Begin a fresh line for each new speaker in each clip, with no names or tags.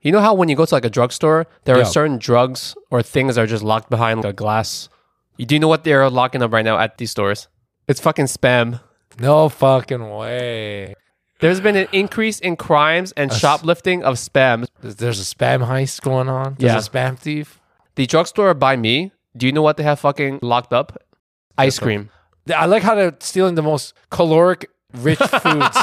You know how when you go to like a drugstore, there
Yeah.
are certain drugs or things that are just locked behind a glass. You do you know what they're locking up right now at these stores? It's fucking spam.
No fucking way.
There's been an increase in crimes and
Us.
shoplifting of spam.
There's- There's a spam heist going on. There's
Yeah.
a spam thief.
The drugstore by me, do you know what they have fucking locked up? Ice cream.
I like how they're stealing the most caloric rich foods.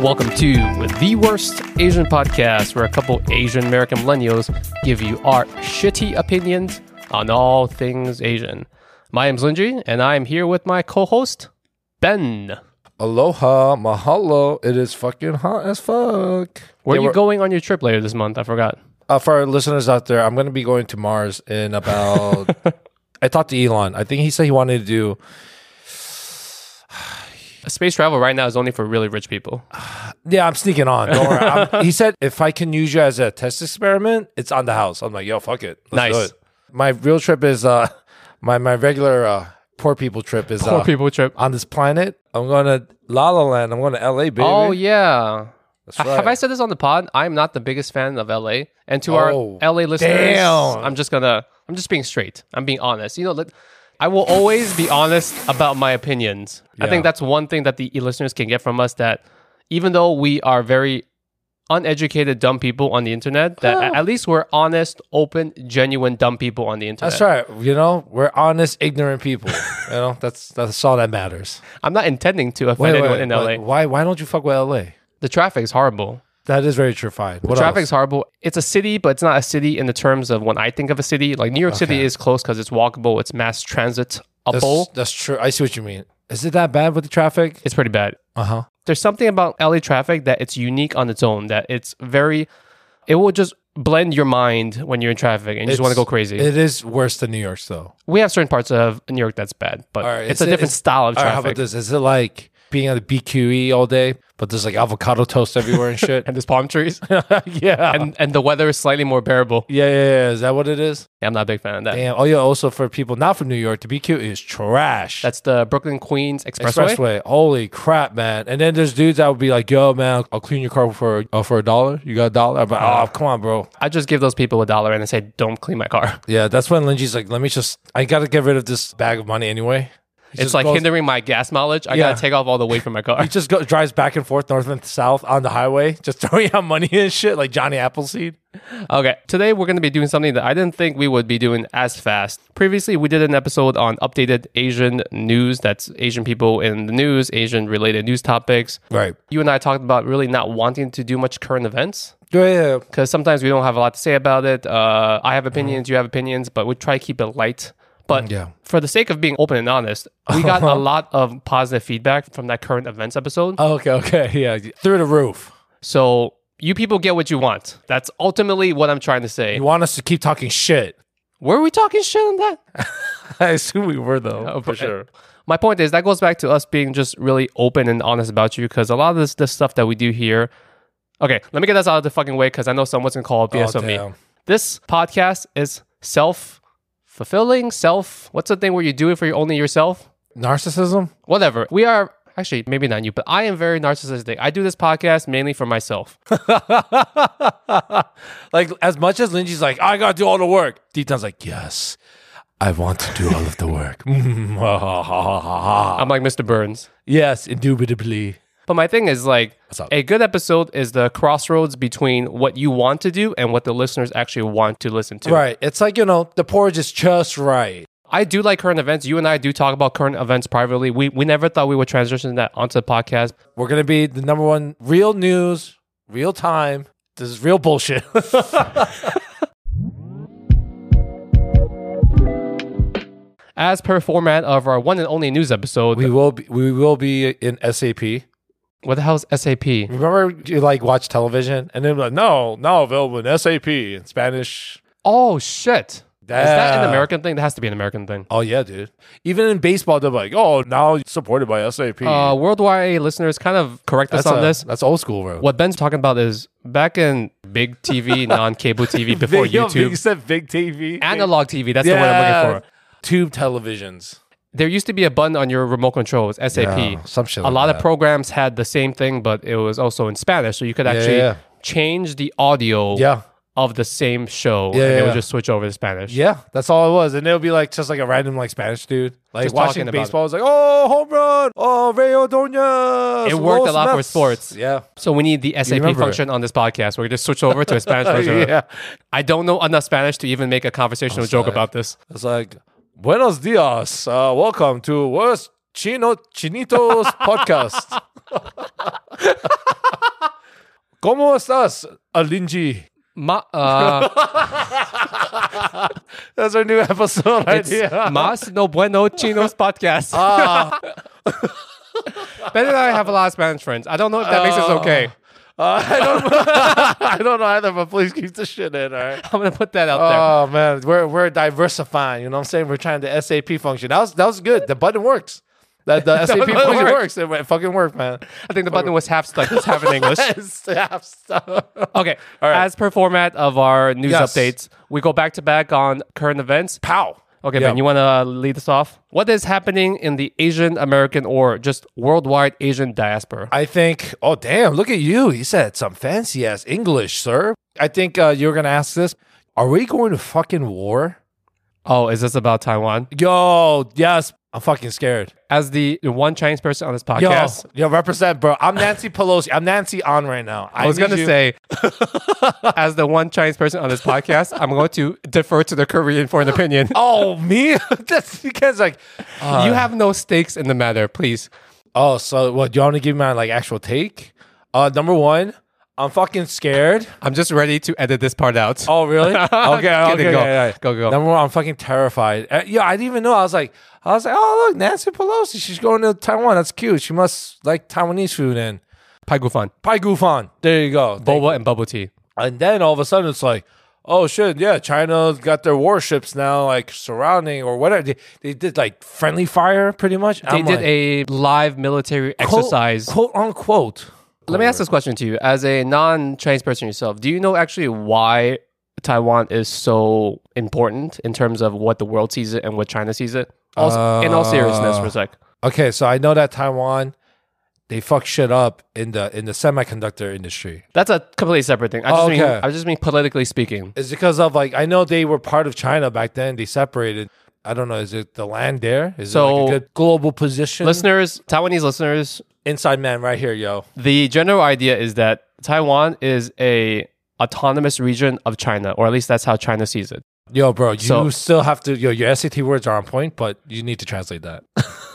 Welcome to the worst Asian podcast, where a couple Asian American millennials give you our shitty opinions on all things Asian. My name's Linji, and I am here with my co-host Ben.
Aloha, mahalo. It is fucking hot as fuck.
Where
Yeah,
are you
we're-
going on your trip later this month? I forgot.
Uh, for our listeners out there, I'm going to be going to Mars in about. I talked to Elon. I think he said he wanted to do.
Space travel right now is only for really rich people.
Yeah, I'm sneaking on. Don't worry. I'm- he said if I can use you as a test experiment, it's on the house. I'm like, yo, fuck it. Let's
Nice.
Do it. My real trip is uh, my my regular uh, poor people trip is
Poor
uh,
people trip.
on this planet. I'm going to La La Land. I'm going to L.A. Baby.
Oh yeah.
That's
Have I
right.
said this on the pod? I'm not the biggest fan of LA. And to
Oh,
our LA listeners,
damn.
I'm just gonna I'm just being straight. I'm being honest. You know, let, I will always be honest about my opinions. I
Yeah.
think that's one thing that the listeners can get from us that even though we are very uneducated dumb people on the internet, that at least we're honest, open, genuine dumb people on the internet.
That's right. You know, we're honest, ignorant people. you know, that's that's all that matters.
I'm not intending to offend anyone in LA.
Why why don't you fuck with LA?
The traffic is horrible.
That is very true. Fine. What
Traffic's horrible. It's a city, but it's not a city in the terms of when I think of a city. Like New York City is close because it's walkable, it's mass transit
else?
upable.
That's, that's true. I see what you mean. Is it that bad with the traffic?
It's pretty bad.
Uh huh.
There's something about LA traffic that it's unique on its own, that it's very, it will just blend your mind when you're in traffic and you just want to go crazy.
It is worse than New York, though.
we have certain parts of New York that's bad, but
All right,
it's
is
a
it-
different
is-
style of
All right,
traffic.
how about this? Is it like being at the BQE E all day, but there's like avocado toast everywhere and shit?
And there's palm trees,
yeah.
and and the weather is slightly more bearable.
yeah, yeah, yeah. Is that what it is?
Yeah, I'm not a big fan of that.
Damn. Oh, yeah. Also, for people not from New York, the BQE is trash.
That's the Brooklyn Queens Expressway.
Expressway. Holy crap, man! And then there's dudes that would be like, "Yo, man, I'll clean your car for uh, for a dollar. You got a dollar?" I'm like, "Oh, come on, bro."
I just give those people a dollar and I say, "Don't clean my car."
Yeah, that's when Linji's like, "Let me just, I got to get rid of this bag of money anyway." He
It's
just
like
goes-
hindering my gas mileage. I
Yeah.
gotta take off all the weight from my car.
He just go, drives back and forth, north and south on the highway, just throwing out money and shit, like Johnny Appleseed.
okay, today we're gonna be doing something that I didn't think we would be doing as fast. Previously, we did an episode on updated Asian news. That's Asian people in the news, Asian related news topics.
Right.
You and I talked about really not wanting to do much current events
Yeah, yeah, yeah.
because sometimes we don't have a lot to say about it. Uh, I have opinions, you have opinions, but we try to keep it light. But
Mm-hmm. Yeah.
for the sake of being open and honest, we got a lot of positive feedback from that current events episode.
Oh, okay, okay, yeah. Through the roof.
So you people get what you want. That's ultimately what I'm trying to say.
You want us to keep talking shit?
Were we talking shit on that?
I assume we were though,
but- My point is that goes back to us being just really open and honest about you because a lot of this, this stuff that we do here. Okay, let me get this out of the fucking way because I know someone's gonna call a BS on me.
damn.
This podcast is self fulfilling, self. What's the thing where you do it for your, only yourself?
Narcissism.
Whatever. We are actually maybe not you, but I am very narcissistic. I do this podcast mainly for myself.
like as much as Lindsay's like, I gotta do all the work. Deep down's like, yes, I want to do all of the work. Mm.
I'm like Mr. Burns.
yes, indubitably.
But my thing is like
up?
a good episode is the crossroads between what you want to do and what the listeners actually want to listen to.
Right. It's like you know, the porridge is just right.
I do like current events. You and I do talk about current events privately. We we never thought we would transition that onto the podcast.
We're gonna be the number one real news, real time. This is real bullshit.
As per format of our one and only news episode,
we will be. We will be in SAP.
what the hell is SAP?
Remember, you like watch television, and then like, no, now available in SAP in Spanish.
Oh shit. Is that an
Yeah.
American thing? That has to be an American thing.
Oh yeah, dude. Even in baseball, they're like, oh, now supported by SAP.
Uh, worldwide listeners, kind of correct us
that's
on
a-
this.
That's old school, bro.
What Ben's talking about is back in big TV, non-cable TV, before
Big- yo,
YouTube,
You said big TV.
analog TV. That's the word
yeah.
I'm looking for.
Tube televisions.
There used to be a button on your remote control. It's SAP.
Yeah, some shit
a
like
lot of
that.
programs had the same thing, but it was also in Spanish, so you could actually
yeah.
change the audio
Yeah.
of the same show,
Yeah,
and it
yeah,
would
yeah.
just switch over to Spanish.
Yeah, that's all it was. And it'll be like just like a random like Spanish dude. Like
Just talking
watching
about it.
baseball, it's like, oh, home run. Oh, Rayo Doña.
It worked a lot for sports.
Yeah.
So we need the SAP
remember it.
function on this podcast. We're going to switch over to a Spanish version.
yeah.
I don't know enough Spanish to even make a conversational joke about this.
It's like, buenos dias. Uh, welcome to Worst Chino Chinitos podcast. ¿Cómo estás, Alinji?
Ma, uh,
That's our new episode
it's
idea.
Mas No Bueno Chinos podcast.
Ah.
ben and I have a lot of Spanish friends. I don't know if that makes us okay.
Uh, I don't know. I don't know either, but please keep the shit in, all right?
I'm going to put that out there.
Oh man, we're we're diversifying. You know what I'm saying? We're trying the SAP function. That was that was good. The button works. That the SAP
button
function
works.
works. It, it fucking worked, man.
I think the button was half stuck, it's half in English.
Stop, stop.
Okay.
right.
As per format of our news
Yes.
updates, we go back to back on current events.
Pow.
Okay,
Yeah.
Ben, you want to lead us off? What is happening in the Asian American or just worldwide Asian diaspora?
I think, oh, damn, look at you. You said some fancy ass English, sir. I think uh, you're going to ask this. Are we going to fucking war?
oh, is this about Taiwan?
Yo, yes. I'm fucking scared.
As the one Chinese person on this
Yo,
podcast,
yo, represent, bro. I'm Nancy Pelosi. I'm Nancy on right now.
I was
need
going to
you-
say, as the one Chinese person on this podcast, I'm going to defer to the Korean for an opinion.
Oh, me? That's because, like, uh,
you have no stakes in the matter, please.
oh, so what? Do you want to give me my, like, actual take? Uh, number one, I'm fucking scared.
I'm just ready to edit this part out.
Oh, really? okay, okay,
Kidding,
okay,
go.
okay.
Go, go, go.
Number one, I'm fucking terrified. Uh, yeah, I didn't even know. I was like, I was like, oh look, Nancy Pelosi, she's going to Taiwan. That's cute. She must like Taiwanese food and
Pai Gufan,
Pai Gufan. There you go. Thank-
boba and bubble tea.
and then all of a sudden, it's like, oh shit, yeah, China's got their warships now, like surrounding or whatever. They, they did like friendly fire, pretty much.
They did a live military exercise.
quote unquote.
Let me ask this question to you. As a non Chinese person yourself, do you know actually why Taiwan is so important in terms of what the world sees it and what China sees it? Also, in all seriousness, for a sec.
Okay, so I know that Taiwan, they fuck shit up in the in the semiconductor industry.
That's a completely separate thing. I just, mean,
Okay.
I just mean politically speaking.
It's because of like I know they were part of China back then. They separated. I don't know. Is it the land there? Is it like
So-
a good global position?
Listeners, Taiwanese listeners,
Inside man, right here, yo.
the general idea is that Taiwan is a autonomous region of China, or at least that's how China sees it.
Yo, bro, you
So-
still have to. Yo, your SAT words are on point, but you need to translate that.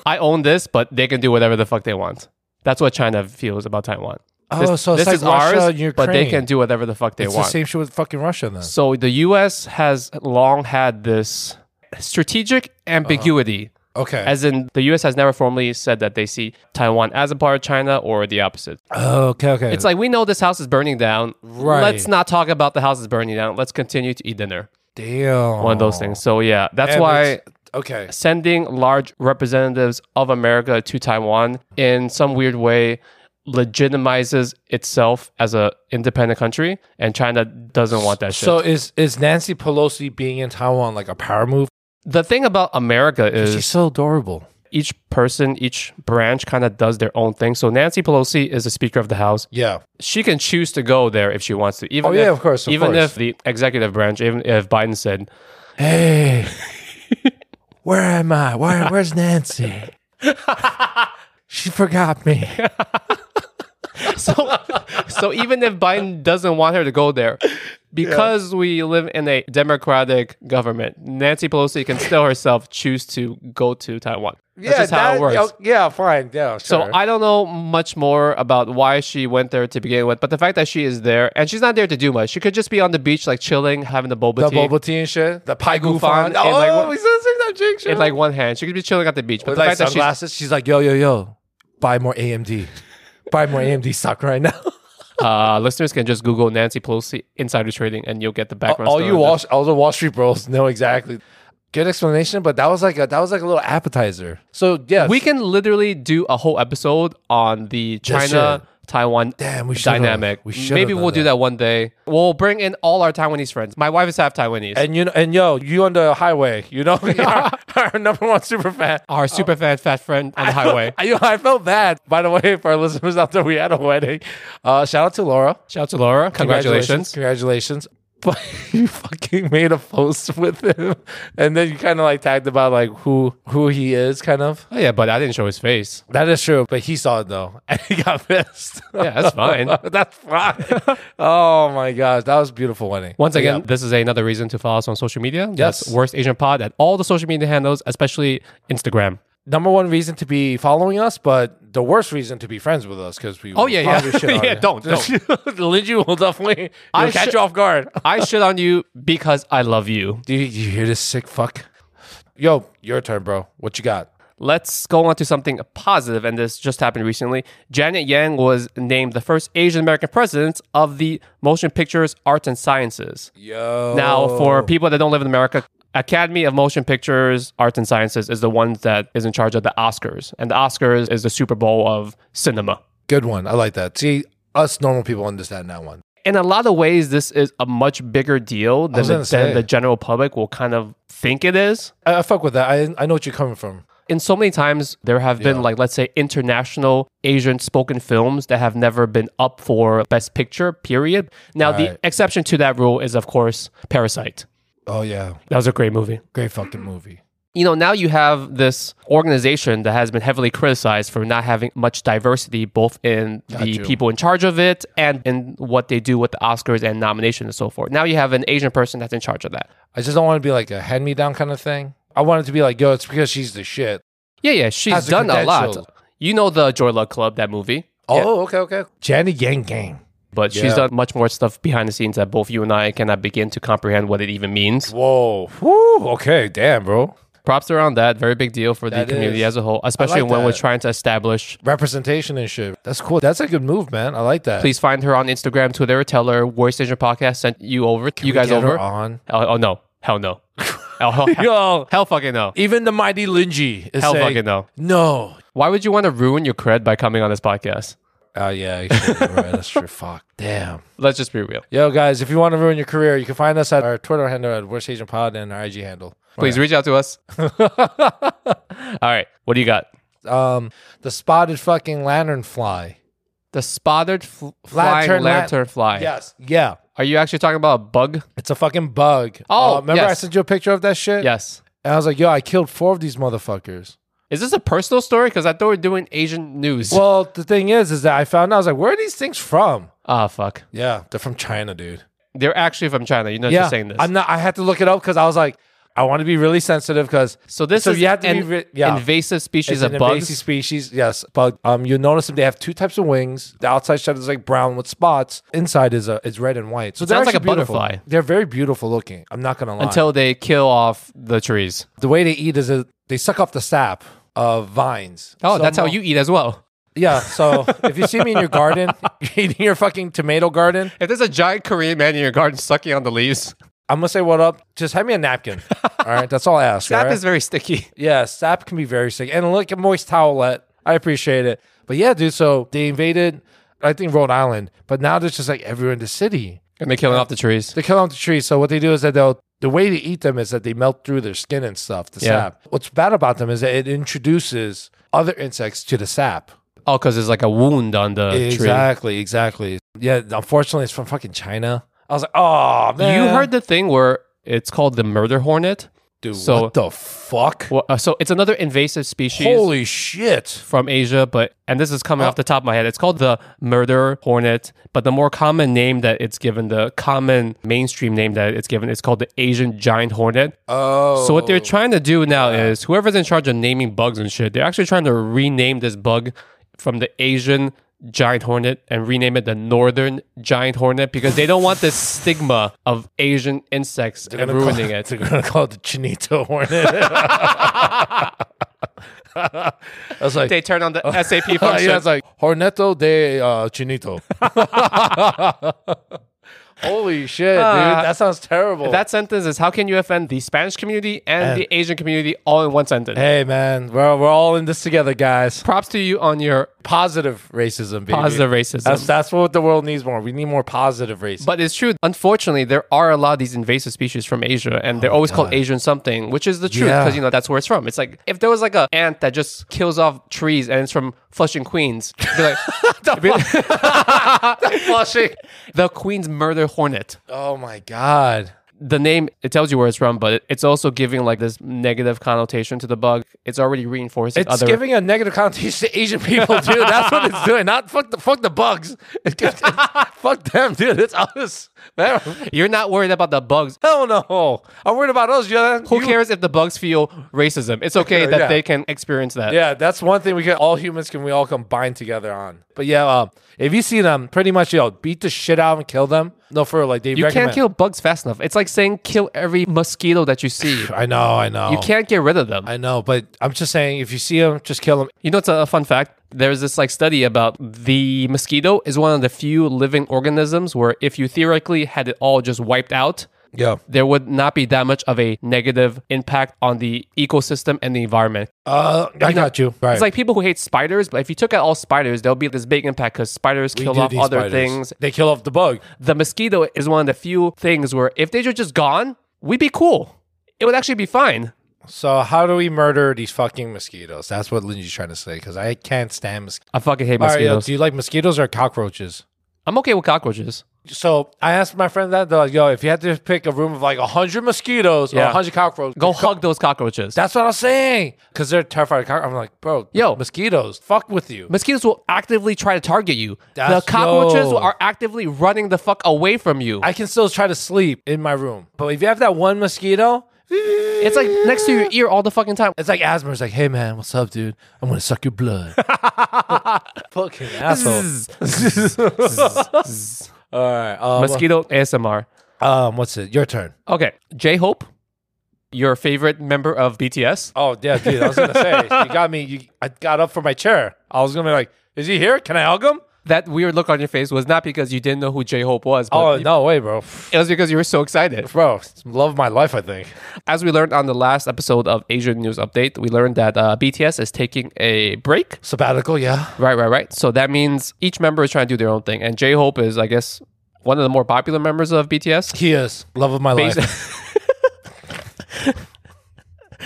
I own this, but they can do whatever the fuck they want. That's what China feels about Taiwan.
Oh,
this,
so it's
this
like
is
Russia
ours,
and
but they
Ukraine.
can do whatever the fuck they
it's the
want.
same shit with fucking Russia then.
So the U.S. has long had this strategic ambiguity,
Okay.
as in the U.S. has never formally said that they see Taiwan as a part of China or the opposite.
oh, okay, okay.
It's like we know this house is burning down.
Right.
Let's not talk about the house is burning down. Let's continue to eat dinner.
damn
One of those things. So yeah, that's
And
why
it's- Okay.
sending large representatives of America to Taiwan in some weird way legitimizes itself as a independent country, and China doesn't want that shit.
So is is Nancy Pelosi being in Taiwan like a power move?
the thing about America is
She's so adorable.
each person, each branch kind of does their own thing. So Nancy Pelosi is the Speaker of the House.
Yeah.
She can choose to go there if she wants to. Even
Oh,
if,
yeah, of course, of
even
course.
if the executive branch, even if Biden said,
Hey, where am I? Where, where's Nancy? she forgot me.
so, so even if Biden doesn't want her to go there, because we live in a democratic government, Nancy Pelosi can still herself choose to go to Taiwan. That's just how it works.
oh, Yeah, fine. Yeah,
So I don't know much more about why she went there to begin with, but the fact that she is there and she's not there to do much. She could just be on the beach, like chilling, having the boba
the
tea
bubble tea and shit, the pie
Gufan
goofon.
and, like, what-
Oh, we still sing that Jake
in like one hand. She could be chilling at the beach, but
With
the
like
fact that she's
sunglasses. She's like, yo, yo, yo, buy more AMD, buy more AMD stock right now.
uh, listeners can just Google Nancy Pelosi insider trading, and you'll get the background.
all
story
you
on
Wall, all the Wall Street bros know exactly. Good explanation, but that was like a that was like a little appetizer. So yeah,
that. We can literally do a whole episode on the
That's
China Taiwan
Damn, we should've.
dynamic.
We should've
Maybe
done
we'll do
that.
that one day. We'll bring in all our Taiwanese friends. My wife is half Taiwanese.
and you know, and yo, you on the highway, you know, our, our number one super fan.
our super fan, fat friend on the highway.
I, you know, I felt bad. By the way, for our listeners out there, we had a wedding. Uh, shout out to Laura.
Shout out to Laura. Congratulations.
Congratulations. But you fucking made a post with him. And then you kind of like tagged about like who who he is, kind of.
Oh, yeah, but I didn't show his face.
That is true. But he saw it though. And he got pissed.
Yeah, that's fine.
that's fine. oh my gosh. That was a beautiful wedding.
Once again,
Yeah.
this is another reason to follow us on social media. That's
Yes.
Worst Asian Pod at all the social media handles, especially Instagram.
number one reason to be following us, but the worst reason to be friends with us because we
Oh, yeah, yeah.
probably shit on
Yeah,
you.
don't, don't.
Lindsay will definitely
I
he'll catch
sh-
you off guard.
I shit on you because I love you.
Do you, you hear this sick fuck? Yo, your turn, bro. What you got?
Let's go on to something positive, and this just happened recently. Janet Yang was named the first Asian American president of the Motion Pictures Arts and Sciences.
Yo.
Now,
Oh.
for people that don't live in America, Academy of Motion Pictures Arts and Sciences is the one that is in charge of the Oscars, and the Oscars is the Super Bowl of cinema.
Good one. I like that. See, us normal people understand that one.
in a lot of ways, this is a much bigger deal than,
was
the,
gonna say.
than the general public will kind of think it is.
I, I fuck with that. I, I know what you're coming from.
In so many times, there have been, like, let's say, international Asian spoken films that have never been up for Best Picture, period. Now,
Right.
the exception to that rule is, of course, Parasite.
Oh, yeah.
That was a great movie.
Great fucking movie.
You know, now you have this organization that has been heavily criticized for not having much diversity, both in the
you.
people in charge of it and in what they do with the Oscars and nomination and so forth. Now you have an Asian person that's in charge of that.
I just don't want to be like a hand me down kind of thing. I want it to be like, yo, it's because she's the shit.
Yeah, yeah, she's
Has the
done a lot.
credentials.
You know the Joy Luck Club, that movie. Yeah.
Oh, okay, okay. Janet Yang Gang.
But she's
Yeah.
done much more stuff behind the scenes that both you and I cannot begin to comprehend what it even means.
Whoa. Woo. Okay. Damn, bro.
Props around that. Very big deal for
That
the community
is-
as a whole, especially
like
when we're
that.
trying to establish.
Representation and shit. That's cool. That's a good move, man. I like that.
Please find her on Instagram, Twitter, tell her Voice Asian Podcast sent you over. you
We
guys
get her
over.
on.
Oh, oh, no. Hell no. hell, hell, hell,
Yo,
fucking no.
even the mighty Linji is
Hell
saying,
fucking no.
no.
Why would you want to ruin your cred by coming on this podcast?
Oh, yeah. you should be right. That's true. Fuck. Damn.
Let's just be real.
Yo, guys, if you want to ruin your career, you can find us at our Twitter handle at Worst Asian Pod and our IG handle.
Please reach out to us. All right. What do you got?
Um, the spotted fucking lantern fly.
The spotted fl- flying
Lantern
lantern,
lan-
fly.
Yes. Yeah.
Are you actually talking about a bug?
It's a fucking bug. Uh,
Oh,
remember I
yes.
sent you a picture of that shit?
Yes.
And I was like, yo, I killed four of these motherfuckers.
Is this a personal story? Because I thought we were doing Asian news.
Well, the thing is, is that I found out, I was like, where are these things from?
Ah, fuck.
Yeah, they're from China, dude.
They're actually from China. You're not
yeah,
just saying this.
I'm not. I had to look it up because I was like, I want to be really sensitive because
so this
so
is
you have to
an
be re- yeah.
invasive species
it's
of
an
bugs.
invasive species. Yes, bug. Um, you notice them. They have two types of wings. The outside shell is like brown with spots. Inside is a is red and white. So they're
Sounds like
actually
a
beautiful.
butterfly.
They're very beautiful looking. I'm not gonna lie.
until they kill off the trees.
the way they eat is a, they suck off the sap of vines.
Oh,
So
that's how
mo-
you eat as well.
Yeah. So if you see me in your garden, you're eating your fucking tomato garden,
If there's a giant Korean man in your garden sucking on the leaves,
I'm gonna say what up. Just hand me a napkin. All right, that's all I ask. all
sap
right?
is very sticky.
Yeah, sap can be very sick. And look, a moist towelette. I appreciate it. But yeah, dude, so they invaded, I think, Rhode Island, but now there's just like everywhere in the city.
And they're killing off the trees.
They cut off the trees. So what they do is that they'll, the way to eat them is that they melt through their skin and stuff, the
Yeah.
sap. What's bad about them is that it introduces other insects to the sap.
Oh, because there's like a wound on the tree.
Exactly, exactly. Yeah, unfortunately, it's from fucking China. I was like, oh, man.
You heard the thing where it's called the murder hornet.
Dude,
so-
what the fuck?
Well, uh, so it's another invasive species
Holy shit.
from Asia, but and this is coming off the top of my head. It's called the murder hornet, but the more common name that it's given, the common mainstream name that it's given, is called the Asian giant hornet.
Oh.
So what they're trying to do now is whoever's in charge of naming bugs and shit, they're actually trying to rename this bug from the Asian giant hornet and rename it the northern giant hornet because they don't want this stigma of Asian insects and
gonna call-
ruining it.
They're gonna call it the Chinito Hornet. I was like,
They turn on the SAP
Uh,
function.
yeah, it's like Horneto de uh, Chinito. Holy shit,
Uh,
dude. That sounds terrible.
that sentence is how can you offend the Spanish community and, the Asian community all in one sentence?
hey, man, we're, we're all in this together, guys.
Props to you on your
Positive racism, baby.
positive racism.
That's, that's what the world needs more. We need more positive racism.
But it's true. Unfortunately, there are a lot of these invasive species from Asia, and they're always called Asian something, which is the truth
Oh, Yeah.
because you know that's where it's from. It's like if there was like a ant that just kills off trees, and it's from Flushing, Queens. it'd Be like, it'd be like,
Flushing.
the Queens murder hornet.
Oh, my God.
The name it tells you where it's from, but it, it's also giving like this negative connotation to the bug. It's already reinforcing
It's
other.
giving a negative connotation to Asian people, dude. That's what it's doing. Not fuck the fuck the bugs. It gives- fuck them, dude. It's us, man.
You're not worried about the bugs.
Hell no. I'm worried about us, yeah.
Who
You-
cares if the bugs feel racism? It's okay that
yeah.
they can experience that.
Yeah, that's one thing we can all humans can we all combine together on. But yeah, um, if you see them, pretty much you know, beat the shit out of 'em, kill them. No, for real, like they
You
recommend.
can't kill bugs fast enough. It's like saying kill every mosquito that you see.
I know, I know.
You can't get rid of them.
I know, but I'm just saying, if you see them, just kill them.
You know, it's a fun fact. There's this like study about the mosquito is one of the few living organisms where if you theoretically had it all just wiped out,
Yeah.
there would not be that much of a negative impact on the ecosystem and the environment.
Uh, I got you. Right.
It's like people who hate spiders, but if you took out all spiders, there'll be this big impact because spiders
We
kill
do
off
these
other
spiders.
things.
They kill off the bug.
The mosquito is one of the few things where if they were just gone, we'd be cool. It would actually be fine.
So how do we murder these fucking mosquitoes? That's what Lindsay's trying to say because I can't stand mosquitoes.
I fucking hate
All right, yo,
mosquitoes.
do you like mosquitoes or cockroaches?
I'm okay with cockroaches.
So I asked my friend that they're like, yo, if you had to pick a room of like hundred mosquitoes or
Yeah.
hundred cockroaches,
Go hug those cockroaches.
That's what I'm saying. Because they're terrified of cockroaches. I'm like, bro,
Yo.
mosquitoes, fuck with you.
Mosquitoes will actively try to target you.
That's-
the cockroaches
yo.
are actively running the fuck away from you.
I can still try to sleep in my room. But if you have that one mosquito,
it's like next to your ear all the fucking time.
it's like asthma. It's like, hey, man, what's up, dude? I'm going to suck your blood. Fucking asshole. All right. Um,
Mosquito ASMR.
um, what's it? Your turn.
Okay, J Hope, your favorite member of BTS.
Oh, yeah, dude. I was going to say, you got me. You, I got up from my chair. I was going to be like, is he here? Can I hug him?
That weird look on your face was not because you didn't know who J Hope was, but
Oh, no way, bro.
it was because you were so excited.
Bro, love of my life, I think.
As we learned on the last episode of Asian News Update, we learned that uh, BTS is taking a break.
Sabbatical, yeah.
Right, right, right. So that means each member is trying to do their own thing, and J Hope is, I guess, one of the more popular members of BTS.
He is. Love of my life.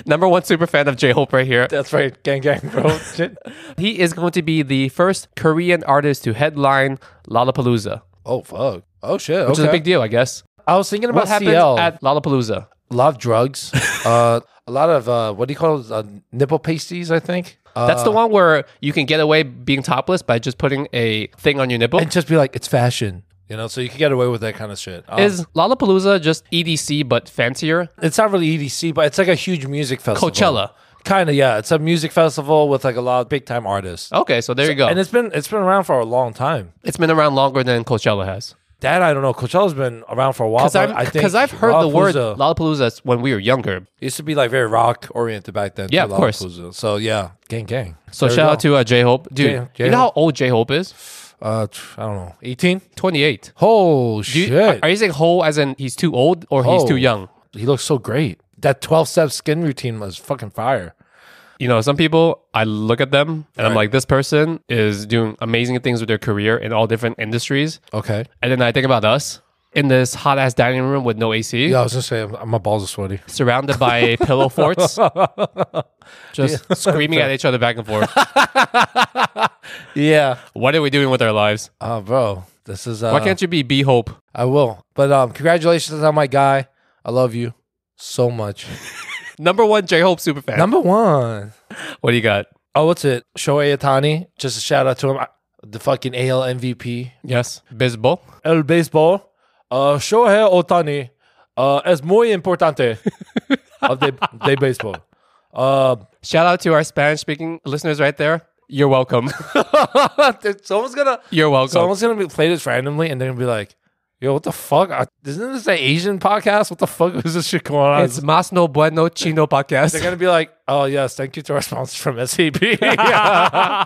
Number one super fan of J Hope right here.
That's right, gang gang, bro. Shit.
He is going to be the first Korean artist to headline Lollapalooza,
Oh fuck. Oh shit.
which is a big deal, I guess.
I was thinking
What
about
happens
CL.
at Lollapalooza?
a lot of drugs. uh, a lot of uh, what do you call it? Uh, nipple pasties, I think. Uh,
That's the one where you can get away being topless by just putting a thing on your nipple.
and just be like, it's fashion, you know. So you can get away with that kind of shit. Um,
Is Lollapalooza just EDC but fancier?
it's not really EDC, but it's like a huge music festival.
Coachella.
Kind of, yeah. It's a music festival with like a lot of big time artists,
Okay, so there you go.
and it's been it's been around for a long time.
it's been around longer than Coachella has.
That I don't know. Coachella's been around for a while.
Because
but I
I've,
think
'cause I've heard the word
Lollapalooza
Lollapalooza when we were younger.
used to be like very rock oriented back then.
Yeah,
too,
of course.
Lollapalooza. So yeah, gang gang.
So
There you
shout
go.
out to uh, J Hope, dude.
J- J-Hope.
You know how old J Hope is?
Uh, tr- I don't know, eighteen.
Twenty eight.
Oh
You,
shit!
Are, are you saying whole as in he's too old or he's
Oh.
too young?
he looks so great. That twelve step skin routine was fucking fire.
You know, some people I look at them and I'm like, this person is doing amazing things with their career in all different industries,
Okay.
and then I think about us in this hot ass dining room with no AC,
Yeah, I was gonna say I'm- my balls are sweaty.
surrounded by pillow forts, just screaming at each other back and forth.
Yeah.
what are we doing with our lives?
Oh, bro, this is. Uh,
Why can't you be B Hope?
I will. But um, congratulations on my guy. I love you so much.
Number one J Hope superfan.
Number one.
what do you got?
Oh, what's it? Shohei Itani. Just a shout out to him. I- The fucking AL MVP.
Yes, Bisbal.
El baseball. Uh, Shohei Otani uh, es muy importante of the, the baseball. Uh,
Shout out to our Spanish speaking listeners right there. You're welcome.
someone's gonna
You're welcome.
Oh. someone's gonna be, play this randomly and they're gonna be like, Yo, what the fuck? I, isn't this an Asian podcast? What the fuck is this shit going on?
It's Mas no Bueno Chino
They're
podcast.
gonna be like, oh yes, thank you to our sponsors from SAP. yeah,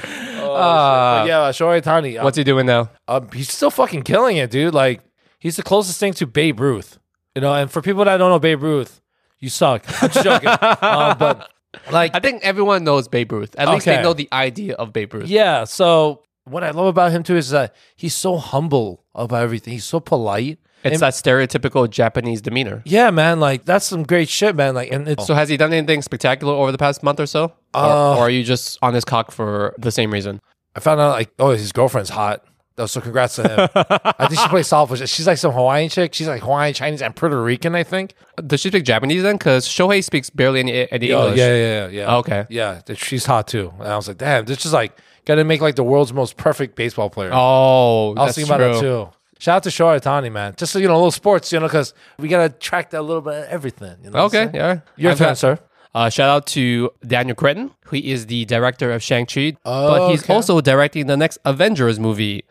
Uh,
yeah, Shohei Tani.
What's he doing now?
um, he's still fucking killing it, dude. Like he's the closest thing to Babe Ruth, you know. And for people that don't know Babe Ruth, you suck. I'm just joking. um, but like,
I think everyone knows Babe Ruth. At least they
Okay.
know the idea of Babe Ruth.
yeah. So what I love about him too is that he's so humble about everything. He's so polite.
It's
And-
that stereotypical Japanese demeanor.
yeah, man. Like that's some great shit, man. Like, and it's
So has he done anything spectacular over the past month or so? Or-
Uh,
or are you just on his cock for the same reason?
I found out like, oh, his girlfriend's hot. Oh, So congrats to him. I think she plays softball. She's like some Hawaiian chick. She's like Hawaiian, Chinese, and Puerto Rican, I think.
Does she speak Japanese then? Because Shohei speaks barely any, any
Oh,
English.
yeah, yeah, yeah, yeah.
Okay.
Yeah, that- she's hot too. And I was like, damn, this is like gonna make like the world's most perfect baseball player.
Oh,
I
that's
was thinking about that
true.
too. Shout out to Shohei Tani, man. Just so you know, a little sports, you know, because we gotta track that little bit of everything. You know what I'm
Okay,
saying?
yeah.
Your
I've
turn,
got-
sir.
Uh, shout out to Daniel Cretton, who is the director of Shang-Chi, but he's
Okay.
also directing the next Avengers movie.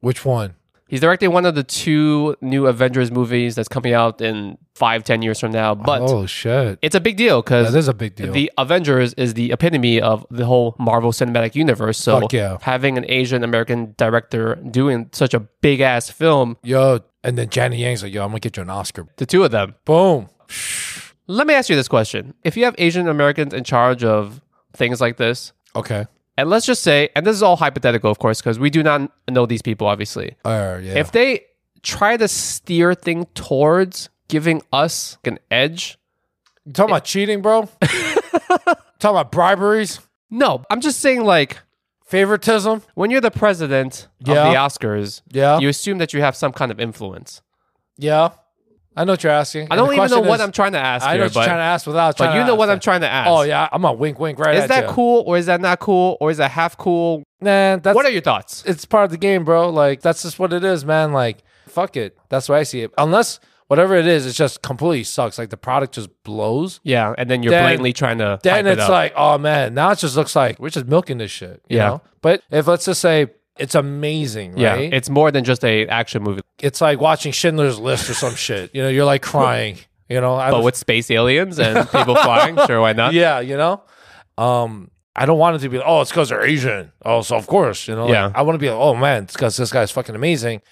Which one?
He's directing one of the two new Avengers movies that's coming out in five, ten years from now. But
oh shit,
it's a big deal because
that is a big deal.
the Avengers is the epitome of the whole Marvel Cinematic Universe. So
Fuck yeah.
having an Asian American director doing such a big ass film,
yo, and then Johnny Yang's like, yo, I'm gonna get you an Oscar.
the two of them.
Boom.
Let me ask you this question: If you have Asian Americans in charge of things like this,
Okay.
and let's just say, and this is all hypothetical, of course, because we do not know these people, obviously.
Uh, yeah.
If they try to steer thing towards giving us an edge,
You talking about cheating, bro? talking about briberies,
no, I'm just saying, like
favoritism.
when you're the president
Yeah.
of the Oscars,
Yeah,
you assume that you have some kind of influence.
yeah. I know what you're asking.
I
And
don't
the
even know
question
what
is-
I'm trying to ask
I know
here,
what you're
but,
trying to ask without.
but
trying
you
to
know
ask
what I'm
that.
trying to ask.
Oh yeah, I'm a wink, wink, right?
Is
at
that
ya.
cool or is that not cool or is that half cool?
Nah, that's
What are your thoughts?
it's part of the game, bro. Like that's just what it is, man. Like fuck it. That's why I see it. Unless whatever it is, it just completely sucks. Like the product just blows.
Yeah, and then you're
Then-
blatantly trying to
Then
hype it
it's
up.
like, oh man, now it just looks like we're just milking this shit. You
Yeah.
Know? But if let's just say it's amazing,
yeah,
right?
it's more than just a action movie.
it's like watching Schindler's List or some shit. You know, you're like crying. You know, I
But with space aliens and people flying, sure, why not?
yeah, you know, um, I don't want it to be. Oh, it's because they're Asian. Oh, so of course, you know. like,
Yeah.
I want to be like, oh man, it's because this guy's fucking amazing.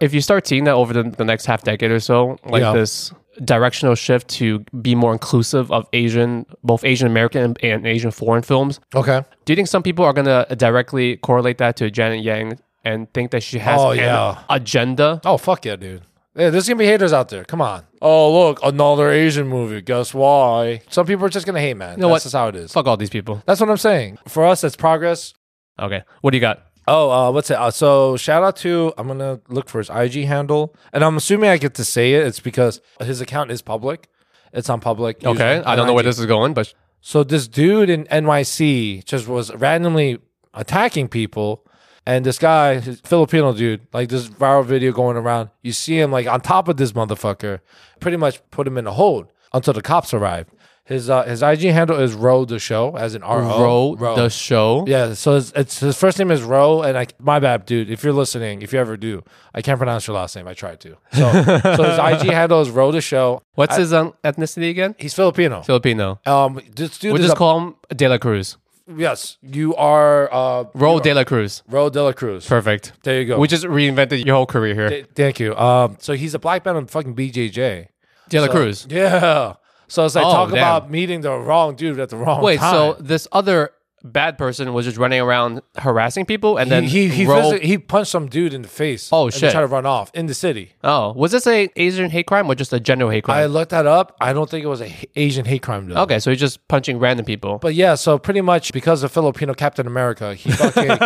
If you start seeing that over the, the next half decade or so, like
Yeah.
this directional shift to be more inclusive of Asian, both Asian American and, and Asian foreign films,
Okay.
do you think some people are going to directly correlate that to Janet Yang and think that she has
Oh,
an
yeah.
agenda?
Oh fuck yeah, dude. Yeah, there's gonna be haters out there. Come on. Oh look, another Asian movie. Guess why? Some people are just gonna hate, man.
know
That's
what?
just how it is.
Fuck all these people.
That's what I'm saying. For us, it's progress.
Okay, what do you got?
Oh, uh, what's it? Uh, so shout out to I'm gonna look for his IG handle, and I'm assuming I get to say it. It's because his account is public. It's on public.
Okay, I don't know where this is going, but
So this dude in NYC just was randomly attacking people. And this guy, his Filipino dude, like this viral video going around, you see him like on top of this motherfucker, pretty much put him in a hold until the cops arrived. His uh, his IG handle is Ro the Show, as in R O.
Row the show.
Yeah, so it's, it's his first name is Ro, and I my bad, dude. If you're listening, if you ever do, I can't pronounce your last name. I tried to. So, so his IG handle is Ro the Show.
What's his um, ethnicity again?
He's Filipino.
Filipino.
Um, this dude
We'll
is
just
a-
call him De La Cruz.
Yes, you are uh,
Roll De La Cruz.
Ro de la Cruz.
Perfect.
There you go.
We just reinvented your whole career here.
Thank you. Um, so he's a black man on fucking BJJ.
De La Cruz.
Yeah. So it's like
Oh,
talk
damn.
about meeting the wrong dude at the wrong
Wait,
time.
so this other bad person was just running around harassing people and then
he he, he,
Ro-
physically- he punched some dude in the face.
Oh,
and
shit.
Try to run off in the city.
Oh, was this a Asian hate crime or just a general hate
I
crime?
looked that up. I don't think it was a h- Asian hate crime though.
okay, so he's just punching random people.
But yeah, so pretty much because of Filipino Captain America, he fucking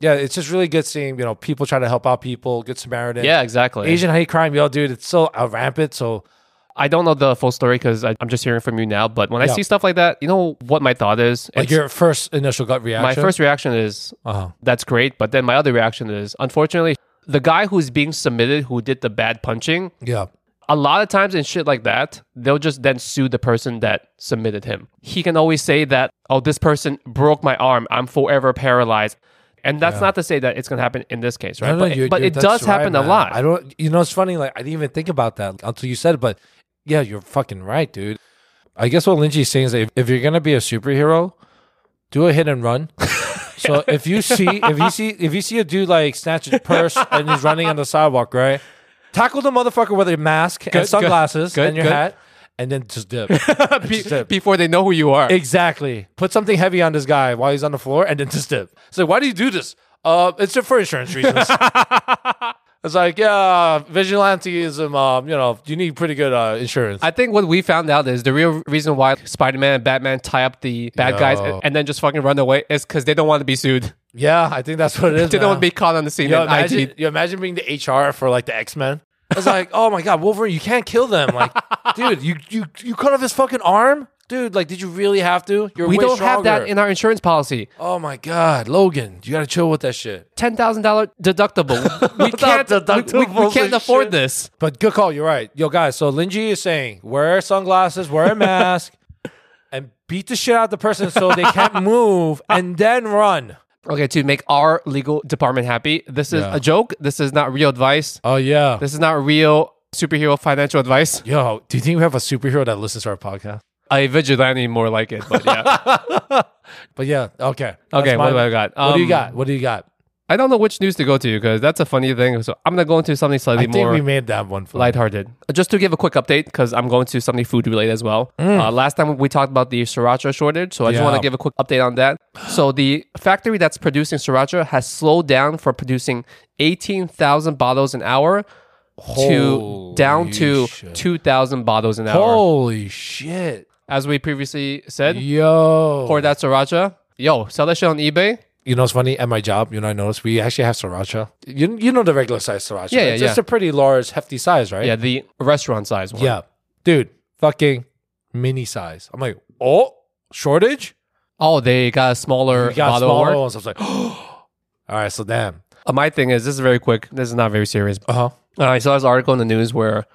yeah. It's just really good seeing you know people try to help out people, good Samaritan.
yeah, exactly.
Asian hate crime, yo, dude, it's so uh, rampant. So
I don't know the full story because I'm just hearing from you now. But when I
Yeah.
see stuff like that, you know what my thought is?
Like
It's-
your first initial gut reaction.
my first reaction is
Uh-huh.
that's great. But then my other reaction is unfortunately, the guy who's being submitted who did the bad punching,
Yeah.
a lot of times in shit like that, they'll just then sue the person that submitted him. He can always say that, oh, this person broke my arm. I'm forever paralyzed. And that's not to say that it's going to happen in this case, right?
No, no,
but
you're-
but
you're-
it
that's
does
right,
happen a
man.
lot.
I don't. You know, it's funny. Like I didn't even think about that until you said it. But yeah, you're fucking right, dude. I guess what Lynchi's saying is, if, if you're gonna be a superhero, do a hit and run. so if you see, if you see, if you see a dude like snatch his purse and he's running on the sidewalk, right? Tackle the motherfucker with a mask
good.
and sunglasses
Good,
and your
good.
hat, and then just dip.
Be-
Just dip.
before they know who you are.
Exactly. Put something heavy on this guy while he's on the floor, and then just dip. So why do you do this? Uh, it's for insurance reasons. it's like yeah, vigilanteism. Um, you know, you need pretty good uh, insurance.
I think what we found out is the real reason why Spider Man and Batman tie up the bad guys
Yo.
and, and then just fucking run away is because they don't want to be sued.
yeah, I think that's what it is.
They don't want to be
man.
caught on the scene.
You
and
imagine,
ID'd.
you imagine being the HR for like the X Men. It's like, oh my god, Wolverine, you can't kill them. Like, dude, you you you cut off his fucking arm, dude. Like, did you really have to? You're
We
way
don't have that
stronger.
in our insurance policy.
oh my god, Logan, you gotta chill with that shit.
ten thousand dollar deductible. We can't.
deductibles
we, we- we can't
and
afford
shit.
this.
But good call. You're right. Yo, guys. So Linji is saying wear sunglasses, wear a mask, and beat the shit out of the person so they can't move, and then run.
Okay, to make our legal department happy, this is
Yeah.
a joke. This is not real advice.
Oh yeah.
This is not real superhero financial advice.
Yo, do you think we have a superhero that listens to our podcast?
A vigilante more like it, but yeah.
But yeah, okay. That's
okay, what
mine.
do I got?
What do you
Um,
got? What do you got?
I don't know which news to go to because that's a funny thing. So I'm gonna go into something
I
slightly
think
more
we made that one. For
lighthearted. Uh, Just to give a quick update, because I'm going to something food related as well. Uh, last time we talked about the sriracha shortage, so I just
Mm. Yeah.
want to give a quick update on that. So the factory that's producing sriracha has slowed down from producing 18,000 bottles an hour to down
Holy
to
shit.
2,000 bottles an hour.
Holy shit!
As we previously said,
Yo,
for that sriracha, yo, sell that shit on eBay.
you know what's funny? At my job, you know, I noticed we actually have sriracha. You you know the regular size sriracha.
Yeah, yeah,
it's,
yeah.
it's a pretty large, hefty size, right?
Yeah, the restaurant size one.
Yeah. Dude, fucking mini size. I'm like, oh, shortage?
Oh, they got a smaller
We got
bottle.
smaller
award.
ones. I was like, all right, so damn.
Uh, my thing is, this is very quick. This is not very serious,
Uh huh.
Uh, I saw this article in the news where